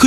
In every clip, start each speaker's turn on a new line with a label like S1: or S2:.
S1: คุ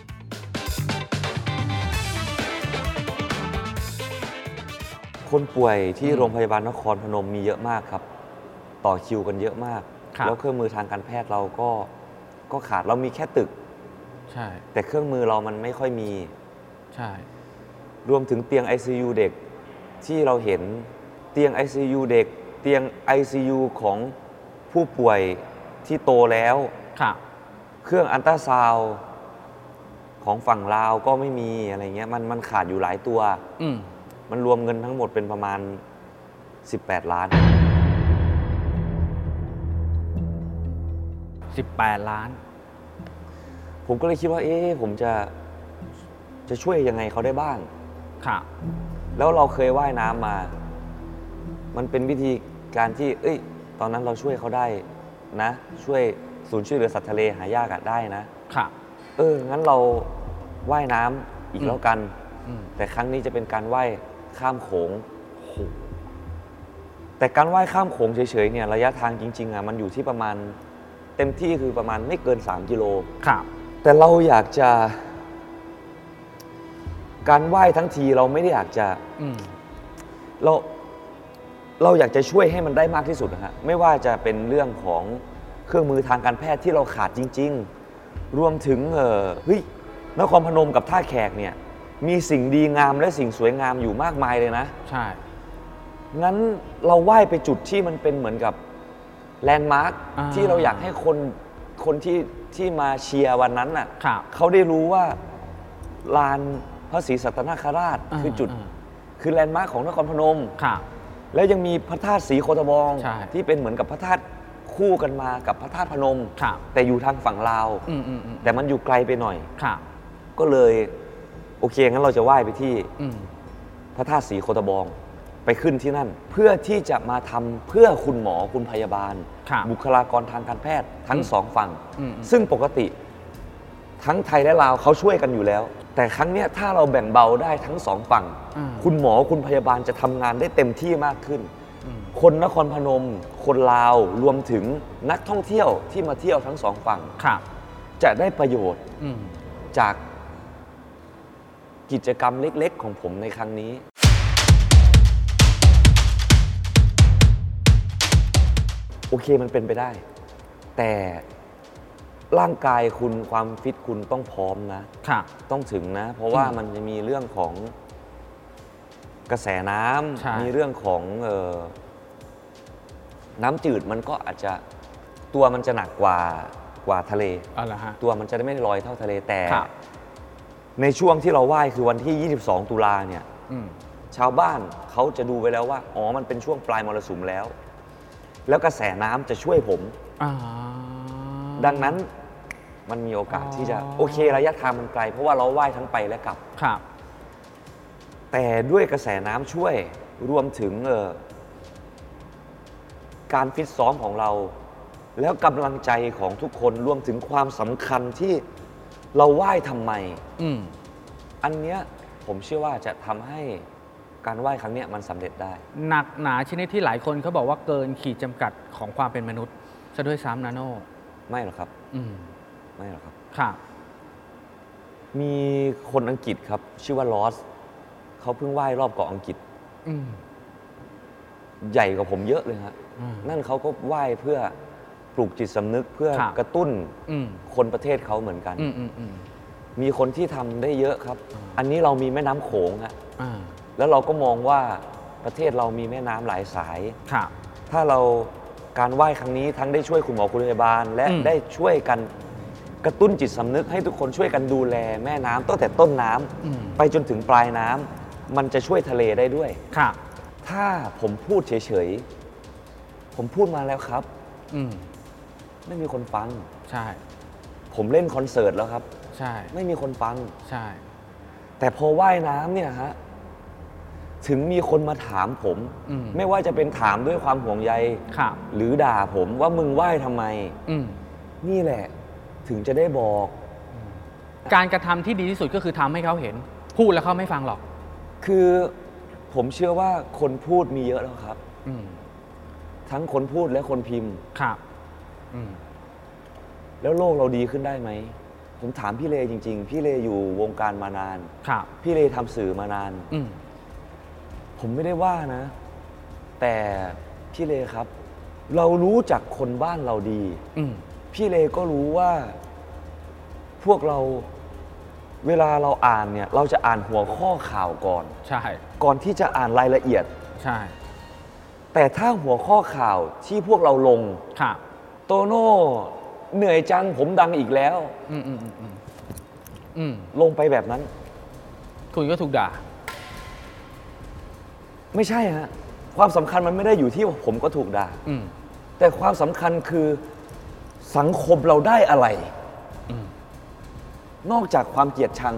S2: คนป่วยที่โรงพยาบาลนครพนมมีเยอะมากครับ ต่อคิวกันเยอะมาก
S3: ครับ
S2: แล้วเครื่องมือทางการแพทย์เราก็ก็ขาดเรามีแค่ตึก
S3: ใช่
S2: แต่เครื่องมือเรามันไม่ค่อยมี
S3: ใช่
S2: รวมถึงเตียง ICU เด็กที่เราเห็นเตียง ICU เด็ก เตียง ICU ของผู้ป่วยที่โตแล้ว
S3: ค่ะ
S2: เครื่องอันตราซาวด์ของฝั่งลาวก็ไม่มีอะไรเงี้ยมันมันขาดอยู่หลายตัว
S3: อืม
S2: มันรวมเงินทั้งหมดเป็นประมาณ 18 ล้าน
S3: 18 ล้าน
S2: ผมก็เลยคิดว่า เอ๊ะผมจะ จะช่วยยังไงเขาได้บ้าง
S3: ค่ะ
S2: แล้วเราเคยว่ายน้ำมา มันเป็นวิธีการที่ เอ้ย ตอนนั้นเราช่วยเขาได้นะ ช่วยศูนย์ช่วยเหลือสัตว์ทะเลหายากอะได้นะ
S3: ค่ะ
S2: เออ งั้นเราว่ายน้ำอีก
S3: อืม
S2: แล้วกัน
S3: อืม
S2: แต่ครั้งนี้จะเป็นการว่ายข้ามโขง แต่การว่ายข้ามโขงเฉยๆเนี่ย ระยะทางจริงๆอะมันอยู่ที่ประมาณ เต็มที่คือประมาณไม่เกิน 3 กิโล
S3: ค่ะ
S2: แต่เราอยากจะ การไหว้ทั้งทีเราไม่ได้อยากจะ
S3: อืม
S2: เราเราอยากจะช่วยให้มันได้มากที่สุดนะฮะไม่ว่าจะเป็นเรื่องของเครื่องมือทางการแพทย์ที่เราขาดจริง ๆ รวมถึงเออเฮ้ยนครพนมกับท่าแขกเนี่ยมีสิ่งดีงามและสิ่งสวยงามอยู่มากมายเลยนะ
S3: ใช่
S2: งั้นเราไหว้ไปจุดที่มันเป็นเหมือนกับแลนด์มาร์คที่เราอยากให้คนคนที่ที่มาเชียร์วันนั้นน่ะ
S3: ค่ะ
S2: เขาได้รู้ว่าลานพระศรีสัตนคราช
S3: อ่า
S2: คือจุด
S3: อ่า
S2: คือแลนด์มาร์คของนครพนม
S3: ค่ะ
S2: แล้วยังมีพระธาตุศรีโคตบอง
S3: ใช่
S2: ที่เป็นเหมือนกับพระธาตุคู่กันมากับพระธาตุพนม
S3: ค่ะ
S2: แต่อยู่ทางฝั่งลาว
S3: อืมอืมอืม
S2: แต่มันอยู่ไกลไปหน่อย
S3: ค่ะ
S2: ก็เลยโอเคงั้นเราจะไหว้ไปที่
S3: อืม
S2: พระธาตุศรีโคตบองไปขึ้นที่นั่น เพื่อที่จะมาทำเพื่อคุณหมอคุณพยาบาล
S3: ค่ะ
S2: บุคลากรทางการแพทย์ทั้ง
S3: อืม
S2: สองฝั่ง
S3: อืมอืม
S2: ซึ่งปกติ ทั้งไทยและลาวเขาช่วยกันอยู่แล้ว แต่ครั้งเนี้ยถ้าเราแบ่งเบาได้ทั้งสองฝั่ง
S3: อ่า
S2: คุณหมอคุณพยาบาลจะทำงานได้เต็มที่มากขึ้น
S3: อืม
S2: คนนครพนม คนลาวรวมถึงนักท่องเที่ยวที่มาเที่ยวทั้งสองฝั่ง
S3: ค่ะ
S2: จะได้ประโยชน์
S3: อืม
S2: จากกิจกรรมเล็ก ๆ ของผมในครั้งนี้ โอเคมันเป็นไปได้ แต่ร่างกายคุณความฟิตคุณต้องพร้อมนะ
S3: ค่ะ
S2: ต้องถึงนะ เพราะว่า
S3: อืม
S2: มันจะมีเรื่องของกระแสน้
S3: ใช่
S2: ำมีเรื่องของเออน้ำจืดมันก็อาจจะตัวมันจะหนักกว่ากว่าทะเล
S3: เอาละฮะ
S2: ตัวมันจะได้ไม่ลอยเท่าทะเลแต่
S3: ครับ
S2: ในช่วงที่เราไหว้คือวันที่ 22 ตุลาเนี่ย
S3: อืม
S2: ชาวบ้านเขาจะดูไว้แล้วว่า อ๋อ มันเป็นช่วงปลายมรสุมแล้ว แล้วกระแสน้ำจะช่วยผม
S3: อ่า
S2: ดังนั้นมันมีโอกาสที่จะ
S3: อ๋อ
S2: โอเคระยะทางมันไกล เพราะว่าเราไหว้ทั้งไปและกลับ
S3: ค่ะ
S2: แต่ด้วยกระแสน้ำช่วยรวมถึงเอ่อการฟิตซ้อมของเรา แล้วกำลังใจของทุกคนรวมถึงความสำคัญที่เราไหว้ทำไม
S3: อืม
S2: อันเนี้ยผมเชื่อว่าจะทำให้การไหว้ครั้งเนี้ยมันสำเร็จได้
S3: หนักหนาชนิดที่หลายคนเขาบอกว่าเกินขีดจำกัดของความเป็นมนุษย์ซะด้วยซ้ำนะโน่
S2: ไม่หรอกครับ
S3: อืม
S2: ไม่หรอกครับ
S3: ค่ะ
S2: มีคนอังกฤษครับ ชื่อว่าลอสเขาเพิ่งไหว้รอบเกาะอังกฤษ
S3: อืม
S2: ใหญ่กว่าผมเยอะเลยฮะ
S3: อืม
S2: นั่นเขาก็ไหว้เพื่อปลูกจิตสำนึกเพื่อ
S3: ครับ
S2: กระตุ้น
S3: อืม
S2: คนประเทศเขาเหมือนกัน
S3: อืมอืมอืม
S2: มีคนที่ทำได้เยอะครับ
S3: อ่า
S2: อันนี้เรามีแม่น้ำโขงฮะ
S3: อ่า
S2: แล้วเราก็มองว่าประเทศเรามีแม่น้ำหลายสาย
S3: ค่ะ
S2: ถ้าเราการไหว้ครั้งนี้ทั้งได้ช่วยคุณหมอคุณพยาบาล และ
S3: อืม
S2: ได้ช่วยกันกระตุ้นจิตสำนึก ให้ทุกคนช่วยกันดูแลแม่น้ำตั้งแต่ต้นน้ำ
S3: อืม
S2: ไปจนถึงปลายน้ำมันจะช่วยทะเลได้ด้วย
S3: ค่ะ
S2: ถ้าผมพูดเฉยๆ ผมพูดมาแล้วครับ
S3: อืม
S2: ไม่มีคนฟัง
S3: ใช่
S2: ผมเล่นคอนเสิร์ตแล้วครับ
S3: ใช่
S2: ไม่มีคนฟัง
S3: ใช่
S2: แต่พอว่ายน้ำเนี่ยฮะ ถึงมีคนมาถามผม
S4: อืม
S2: ไม่ว่าจะเป็นถามด้วยความห่วงใย
S4: ครับ
S2: หรือด่าผมว่ามึงไหว้ทำไม
S4: อืม
S2: นี่แหละ ถึงจะได้บอก
S4: การกระทำที่ดีที่สุดก็คือทำให้เขาเห็น พูดแล้วเขาไม่ฟังหรอก
S2: คือผมเชื่อว่าคนพูดมีเยอะแล้วครับ
S4: อืม
S2: ทั้งคนพูดและคนพิมพ์
S4: ครับ อืม
S2: แล้วโลกเราดีขึ้นได้ไหม ผมถามพี่เลจริง ๆ พี่เลอยู่วงการมานาน
S4: ครับ
S2: พี่เลทำสื่อมานาน
S4: อืม
S2: ผมไม่ได้ว่านะ แต่พี่เลครับ เรารู้จักคนบ้านเราดี
S4: อืม
S2: พี่เลก็รู้ว่า พวกเราเวลาเราอ่านเนี่ย เราจะอ่านหัวข้อข่าวก่อน
S4: ใช่
S2: ก่อนที่จะอ่านรายละเอียด
S4: ใช่
S2: แต่ถ้าหัวข้อข่าวที่พวกเราลง
S4: ครับ
S2: โตโน่เหนื่อยจังผมดังอีกแล้ว
S4: อืมอืมอืมอืมอืม
S2: ลงไปแบบนั้น
S4: คุณก็ถูกด่า
S2: ไม่ใช่ฮะความสำคัญมันไม่ได้อยู่ที่ว่าผมก็ถูกด่า
S4: อืม
S2: แต่ความสำคัญคือสังคมเราได้อะไร
S4: อืม
S2: นอกจากความเกลียดชัง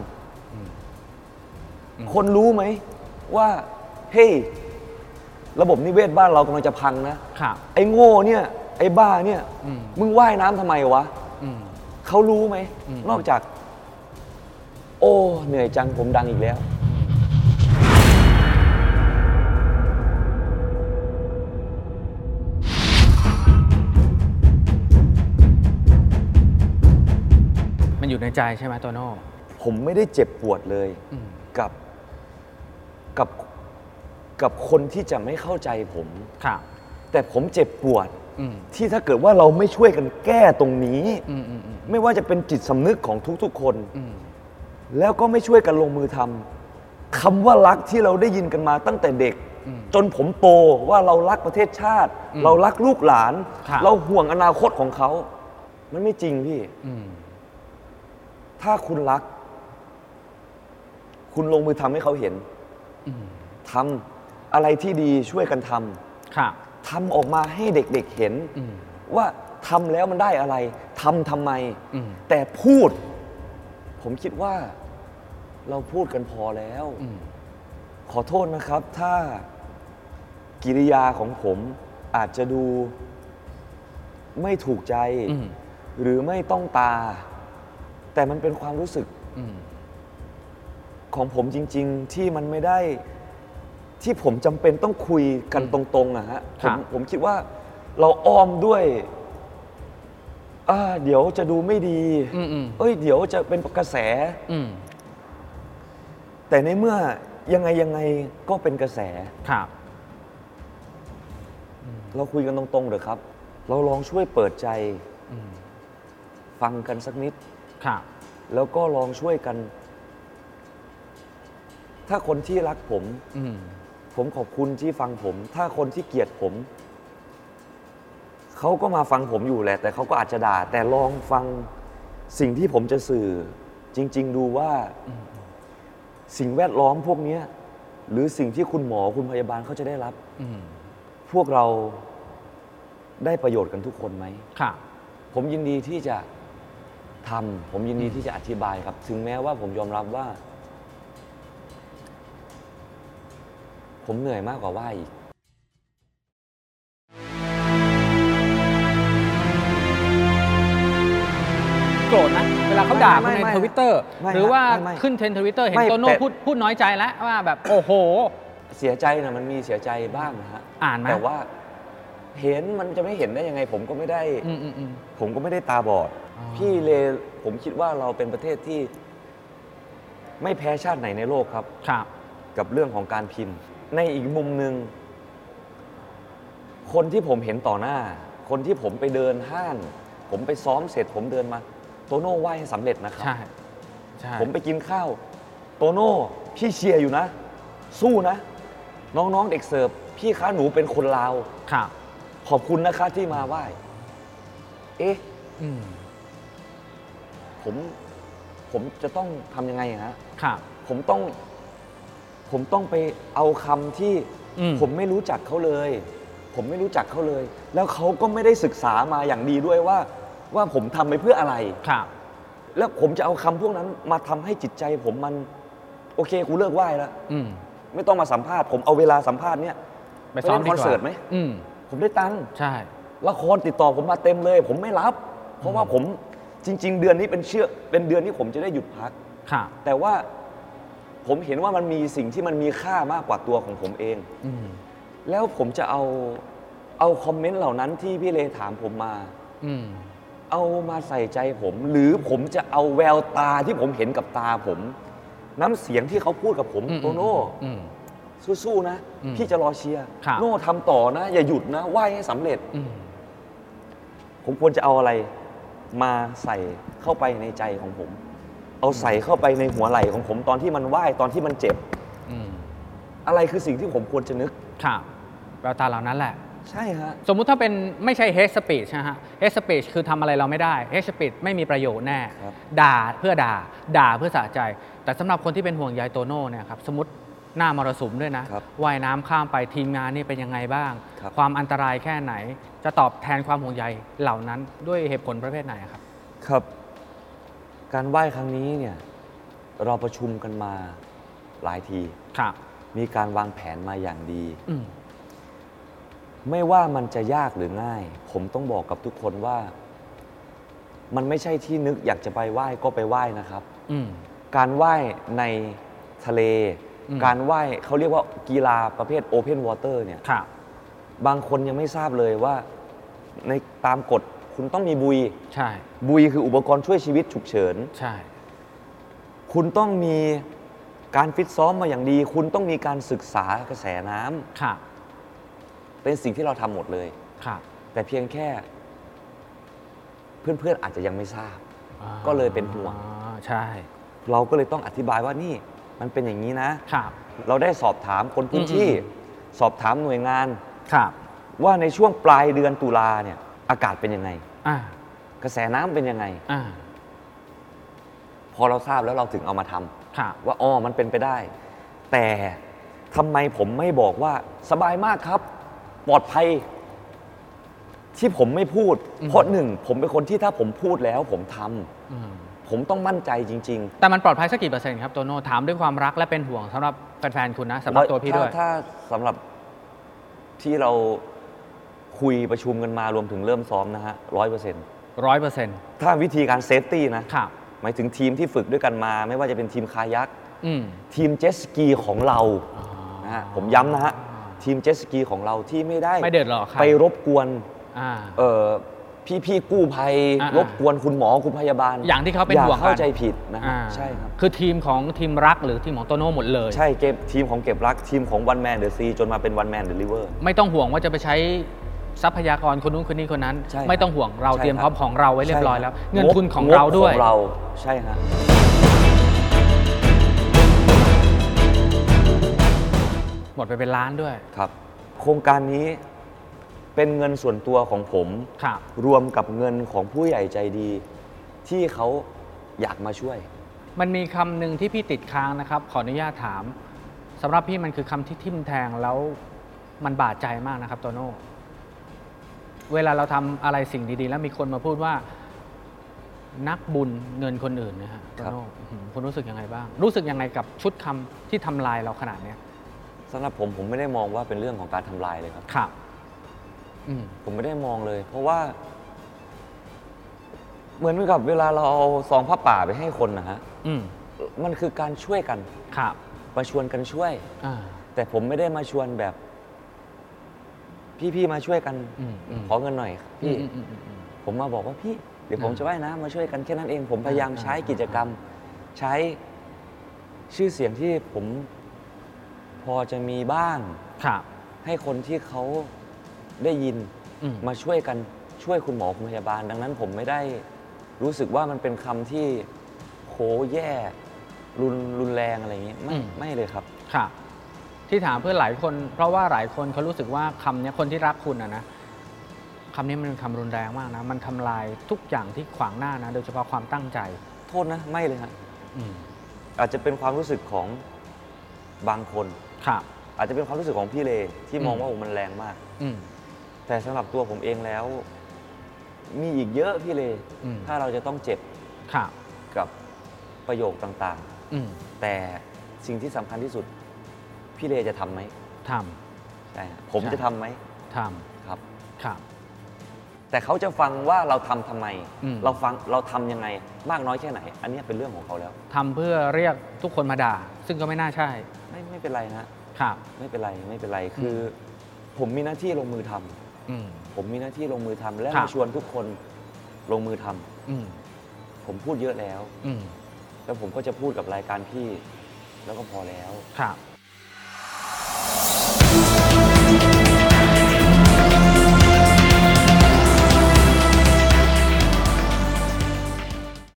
S2: คนรู้ไหมว่า เฮ้ย ระบบนิเวศบ้านเรากำลังจะพังนะ
S4: ครับ
S2: ไอ้โง่เนี่ย ไอ้บ้าเนี่ย
S4: อืม
S2: มึงว่ายน้ำทำไมวะ
S4: อืม
S2: เขารู้ไหม
S4: อืม
S2: นอกจาก โอ้ เหนื่อยจังผมดังอีกแล้ว
S4: มันอยู่ในใจใช่ไหมโตโน่
S2: ผมไม่ได้เจ็บปวดเลย
S4: อืม
S2: กับกับกับคนที่จะไม่เข้าใจผม
S4: ครับ
S2: แต่ผมเจ็บปวด
S4: อืม
S2: ที่ถ้าเกิดว่าเราไม่ช่วยกันแก้ตรงนี้
S4: อืมอืมอืม
S2: ไม่ว่าจะเป็นจิตสำนึกของทุกๆคน
S4: อืม
S2: แล้วก็ไม่ช่วยกันลงมือทำคำว่ารักที่เราได้ยินกันมาตั้งแต่เด็ก
S4: อืม
S2: จนผมโตว่าเรารักประเทศชาติ
S4: อืม
S2: เรารักลูกหลาน
S4: ครับ
S2: เราห่วงอนาคตของเขา มันไม่จริงพี่
S4: อืม
S2: ถ้าคุณรัก คุณลงมือทำให้เขาเห็น
S4: อืม
S2: ทำอะไรที่ดีช่วยกันท
S4: ครับ
S2: ำทำออกมาให้เด็กๆเห็น
S4: อืม
S2: ว่าทำแล้วมันได้อะไรทำทำไม
S4: อืม
S2: แต่พูด ผมคิดว่าเราพูดกันพอแล้ว
S4: อืม
S2: ขอโทษนะครับ ถ้ากิริยาของผมอาจจะดูไม่ถูกใจ
S4: อืม
S2: หรือไม่ต้องตา แต่มันเป็นความรู้สึก
S4: อืม
S2: ของผมจริง ๆ ที่มันไม่ได้ ที่ผมจำเป็นต้องคุยกันตรงๆอะฮะผ
S4: ครั
S2: ม
S4: บ
S2: ผมคิดว่าเราอ้อมด้วยอ่าเดี๋ยวจะดูไม่ดี
S4: อืมอืม
S2: เอ้ยเดี๋ยวจะเป็นกระแส
S4: อืม
S2: แต่ในเมื่อยังไงยังไงก็เป็นกระแส
S4: ครับ
S2: เราคุยกันตรงๆเถอะครับ เราลองช่วยเปิดใจ
S4: อืม
S2: ฟังกันสักนิด
S4: ครับ
S2: แล้วก็ลองช่วยกัน ถ้าคนที่รักผม
S4: อืม
S2: ผมขอบคุณที่ฟังผม ถ้าคนที่เกลียดผม เขาก็มาฟังผมอยู่แหละ แต่เขาก็อาจจะด่า แต่ลองฟังสิ่งที่ผมจะสื่อ จริง ๆ ดูว่า สิ่งแวดล้อมพวกเนี้ย หรือสิ่งที่คุณหมอคุณพยาบาลเขาจะได้รับ
S4: อืม
S2: พวกเราได้ประโยชน์กันทุกคนไหม
S4: ครับ
S2: ผมยินดีที่จะทำผมยินดีที่จะอธิบายครับ ถึงแม้ว่าผมยอมรับว่า ผมเหนื่อยมากกว่าว่าอีก
S4: โกรธนะเวลาเขาด่า
S2: ไม่
S4: คุณ
S2: ไม่
S4: ใน
S2: ไม่
S4: ทวิตเตอร์
S2: ไม่
S4: หรือว่า
S2: ไม่ไม่
S4: ขึ้นเทรนทวิตเตอร์เห็
S2: ไม่
S4: นโตโน่
S2: แต่
S4: พูดพูดน้อยใจแล้วว่าแบบโอ้โห
S2: เสียใจนะมันมีเสียใจบ้างนะฮะ
S4: อ่านไหม
S2: แต่ว่าเห็นมันจะไม่เห็นได้ยังไง ผมก็ไม่ได้
S4: อืมอืมอืม
S2: ผมก็ไม่ได้ตาบอด
S4: อ๋อ
S2: พี่เลผมคิดว่าเราเป็นประเทศที่ ไม่แพ้ชาติไหนในโลกครับ
S4: ครับ
S2: กับเรื่องของการพิมพ์ ในอีกมุมหนึ่งคนที่ผมเห็นต่อหน้า คนที่ผมไปเดินห้าง ผมไปซ้อมเสร็จ ผมเดินมา โตโน่ไหว้ให้สำเร็จนะครับ
S4: ใช่ใช่
S2: ผมไปกินข้าว โตโน่พี่เชียร์อยู่นะ สู้นะ น้องๆเด็กเสิร์ฟพี่คะหนูเป็นคนลาว
S4: ครับ
S2: ขอบคุณนะคะที่มาไหว้ เอ๊ะ
S4: อืม
S2: ผมผมจะต้องทำยังไงอะฮะ
S4: ครับ
S2: ผมต้อง ผมต้องไปเอาคำที่
S4: อืม
S2: ผมไม่รู้จักเขาเลย ผมไม่รู้จักเขาเลย แล้วเขาก็ไม่ได้ศึกษามาอย่างดีด้วยว่า ว่าผมทำไปเพื่ออะไร
S4: ครับ
S2: แล้วผมจะเอาคำพวกนั้นมาทำให้จิตใจผมมัน โอเคกูเลิกไหว้แล้ว
S4: อืม
S2: ไม่ต้องมาสัมภาษณ์ผมเอาเวลาสัมภาษณ์เนี่ย
S4: ไปซ้อม
S2: เล่
S4: ดี
S2: นคอน
S4: กว่า
S2: เสิร์ตไหม
S4: อืม
S2: ผมได้ตังค์
S4: ใช่
S2: ละครติดต่อผมมาเต็มเลย ผมไม่รับ เพราะว่าผมจริง ๆ เดือนนี้เป็นเชื่อเป็นเดือนที่ผมจะได้หยุดพัก
S4: ค่ะ
S2: แต่ว่าผมเห็นว่ามันมีสิ่งที่มันมีค่ามากกว่าตัวของผมเอง
S4: อืม
S2: แล้วผมจะเอาเอาคอมเมนต์เหล่านั้นที่พี่เลถามผมมา
S4: อืม
S2: เอามาใส่ใจผม หรือผมจะเอาแววตาที่ผมเห็นกับตาผม น้ำเสียงที่เขาพูดกับผม
S4: อืม
S2: โตโน่
S4: อืม
S2: สู้ๆนะ
S4: อืม
S2: พี่จะรอเชียร์
S4: ครับ
S2: โน่ทำต่อนะ อย่าหยุดนะไหวให้สำเร็จ
S4: อืม
S2: ผมควรจะเอาอะไรมาใส่เข้าไปในใจของผม เอาใส่เข้าไปในหัวไหล่ของผมตอนที่มันไหวตอนที่มันเจ็บ
S4: อืม
S2: อะไรคือสิ่งที่ผมควรจะนึก
S4: ค่ะแววตาเหล่านั้นแหละ
S2: ใช่ฮะ
S4: สมมุติถ้าเป็นไม่ใช่ hate speech นะฮะ hate speech คือทำอะไรเราไม่ได้ hate speech ไม่มีประโยชน์แน่
S2: ครับ
S4: ด่าเพื่อด่า ด่าเพื่อสะใจ แต่สำหรับคนที่เป็นห่วงใยโตโน่เนี่ยครับ สมมติหน้ามรสุมด้วยนะครับ ว่ายน้ำข้ามไปทีมงานนี่เป็นยังไงบ้าง
S2: ครับ
S4: ความอันตรายแค่ไหน จะตอบแทนความห่วงใยเหล่านั้นด้วยเหตุผลประเภทไหนครับ
S2: ครับ การไหว้ครั้งนี้เนี่ยเราประชุมกันมาหลายที
S4: ครับ
S2: มีการวางแผนมาอย่างดี
S4: อืม
S2: ไม่ว่ามันจะยากหรือง่าย ผมต้องบอกกับทุกคนว่า มันไม่ใช่ที่นึกอยากจะไปไหว้ก็ไปไหว้นะครับ
S4: อืม
S2: การไหว้ในทะเล
S4: อืม
S2: การไหว้เขาเรียกว่ากีฬาประเภท Open Water เนี่ย
S4: ครับ
S2: บางคนยังไม่ทราบเลยว่าในตามกฎคุณต้องมีบุย
S4: ใช่
S2: บุยคืออุปกรณ์ช่วยชีวิตฉุกเฉิน
S4: ใช่
S2: คุณต้องมีการฟิตซ้อมมาอย่างดี คุณต้องมีการศึกษากระแสน้ำ
S4: ครับ
S2: เป็นสิ่งที่เราทำหมดเลย
S4: ครับ
S2: แต่เพียงแค่ เพื่อนๆอาจจะยังไม่ทราบ
S4: อ่า
S2: ก็เลยเป็นห่วง
S4: อ่าใช่
S2: เราก็เลยต้องอธิบายว่านี่ มันเป็นอย่างนี้นะ
S4: ครับ
S2: เราได้สอบถามคนพื้นที่
S4: อืม
S2: สอบถามหน่วยงาน
S4: ครับ
S2: ว่าในช่วงปลายเดือนตุลาเนี่ย อากาศเป็นยังไง
S4: อ่าก
S2: ระแสน้ำเป็นยังไง
S4: อ่า
S2: พอเราทราบแล้วเราถึงเอามาทำ
S4: ครับ
S2: ว่าอ๋อมันเป็นไปได้ แต่ทำไมผมไม่บอกว่าสบายมากครับ ปลอดภัย ที่ผมไม่พูด เพราะหนึ่งผมเป็นคนที่ถ้าผมพูดแล้วผมทำ
S4: อืม
S2: ผมต้องมั่นใจจริง ๆ
S4: แต่มันปลอดภัยสักกี่เปอร์เซ็นต์ครับโตโน่ถามด้วยความรักและเป็นห่วงสำหรับแฟนๆ คุณนะสำหรับตัวพี่ด้วย
S2: ถ้าถ้าสำหรับที่เราคุยประชุมกันมารวมถึงเริ่มซ้อมนะฮะร้อยเปอร์เซ็นต์
S4: ร้อยเปอร์เซ็นต์
S2: ถ้าวิธีการเซฟตี้นะ
S4: ครับ
S2: หมายถึงทีมที่ฝึกด้วยกันมา ไม่ว่าจะเป็นทีมคายัก
S4: อืม
S2: ทีมเจ็ตสกีของเรานะฮะผมย้ำนะฮะ ทีมเจ็ตสกีของเราที่ไม่ได้
S4: ไม่เดือดร้อนใคร
S2: ไปรบกวน
S4: อ่า
S2: เอ่อพี่พี่ๆกู้ภัย
S4: อ่าๆ
S2: รบกวนคุณหมอคุณพยาบาล
S4: อย่างที่เขาเป็นห่วงกัน
S2: เข้าใจผิดนะฮะ
S4: อ่า
S2: ใช่ครับ
S4: คือทีมของทีมรักหรือทีมของโตโน่หมดเลย
S2: ใช่เกมทีมของเก็บรักทีมของวันแมนเดอะซีจนมาเป็นวันแมนเดอะลิเวอร์
S4: ไม่ต้องห่วงว่าจะไปใช้ทรัพยากรคนนู้นคนนี้คนนั้น
S2: ใช่ครับ
S4: ไม่ต้องห่วงเรา
S2: ใช่
S4: เตรียมพร้อม
S2: ครับ
S4: ของเราไว้เรียบร้อยแล้ว เงินทุนของ
S2: งบ
S4: เราด้วย
S2: ของเราใช่ฮะ
S4: หมดไปเป็นล้านด้วย
S2: ครับ โครงการนี้เป็นเงินส่วนตัวของผม
S4: ครับ
S2: รวมกับเงินของผู้ใหญ่ใจดี ที่เขาอยากมาช่วย
S4: มันมีคำหนึ่งที่พี่ติดค้างนะครับ ขออนุญาตถามสำหรับพี่มันคือคำที่ทิ่มแทงแล้วมันบาดใจมากนะครับโตโน่เวลาเราทำอะไรสิ่งดี ๆ แล้วมีคนมาพูดว่า นักบุญเงินคนอื่นนะฮะโตโน่อื้อหือคุณรู้สึกยังไงบ้าง รู้สึกยังไงกับชุดคำที่ทำลายเราขนาดเนี้ย
S2: สำหรับผมผมไม่ได้มองว่าเป็นเรื่องของการทำลายเลยครับ
S4: ครับ อืม
S2: ผมไม่ได้มองเลย เพราะว่า เหมือนกับเวลาเราเอาซองผ้าป่าไปให้คนนะฮะ
S4: อืม
S2: มันคือการช่วยกัน
S4: ครับ
S2: มาชวนกันช่วย
S4: อ่า
S2: แต่ผมไม่ได้มาชวนแบบ พี่ๆมาช่วยกัน
S4: อืมอืม
S2: ขอเงินหน่อยครับพี่
S4: อืมอืมอืมอืม
S2: ผมมาบอกว่าพี่เดี๋ยวผม
S4: อ่า
S2: จะว่ายน้ำมาช่วยกันแค่นั้นเอง ผมพยายาม
S4: อ่า
S2: ใช้
S4: อ่า
S2: กิจกรรม ใช้ชื่อเสียงที่ผมพอจะมีบ้าง
S4: ครับ
S2: ให้คนที่เขาได้ยิน
S4: อืม
S2: มาช่วยกันช่วยคุณหมอคุณพยาบาล ดังนั้นผมไม่ได้รู้สึกว่ามันเป็นคำที่โหแย่ รุนรุนแรงอะไรอย่างงี้ไม่
S4: อืม
S2: ไม่เลยครับ
S4: ค่ะที่ถามเพื่อนหลายคน เพราะว่าหลายคนเขารู้สึกว่าคำเนี้ยคนที่รักคุณอะนะคำนี้มันเป็นคำรุนแรงมากนะ มันทำลายทุกอย่างที่ขวางหน้านะ โดยเฉพาะความตั้งใจ
S2: โทษนะไม่เลยฮะ
S4: อืม
S2: อาจจะเป็นความรู้สึกของบางคน
S4: ค่ะ
S2: อาจจะเป็นความรู้สึกของพี่เลที่มอง
S4: อืม
S2: ว่าโอ้มันแรงมาก
S4: อืม
S2: แต่สำหรับตัวผมเองแล้ว มีอีกเยอะพี่เล
S4: อืม
S2: ถ้าเราจะต้องเจ็บ
S4: ค่ะ
S2: กับประโยคต่าง
S4: อืม
S2: ๆ แต่สิ่งที่สำคัญที่สุด พี่เลจะทำไหม
S4: ท
S2: ใช่ฮะผม
S4: ใช่
S2: จะทำไหม
S4: ำท
S2: ครับ
S4: ำครับ
S2: แต่เขาจะฟังว่าเราทำทำไม
S4: อืม
S2: เราฟังเราทำยังไงมากน้อยแค่ไหน อันเนี้ยเป็นเรื่องของเขาแล้ว
S4: ทำเพื่อเรียกทุกคนมาด่า ซึ่งก็ไม่น่าใช่
S2: ไม่ไม่เป็นไรฮะ
S4: ครับ
S2: ไม่เป็นไรไม่เป็นไรคือ ผมมีหน้าที่ลงมือทำ
S4: อืม
S2: ผมมีหน้าที่ลงมือทำและ
S4: ครับ
S2: มาชวนทุกคนลงมือทำ
S4: อืม
S2: ผมพูดเยอะแล้ว
S4: อืม
S2: แล้วผมก็จะพูดกับรายการพี่ แล้วก็พอแล้ว
S4: ครับ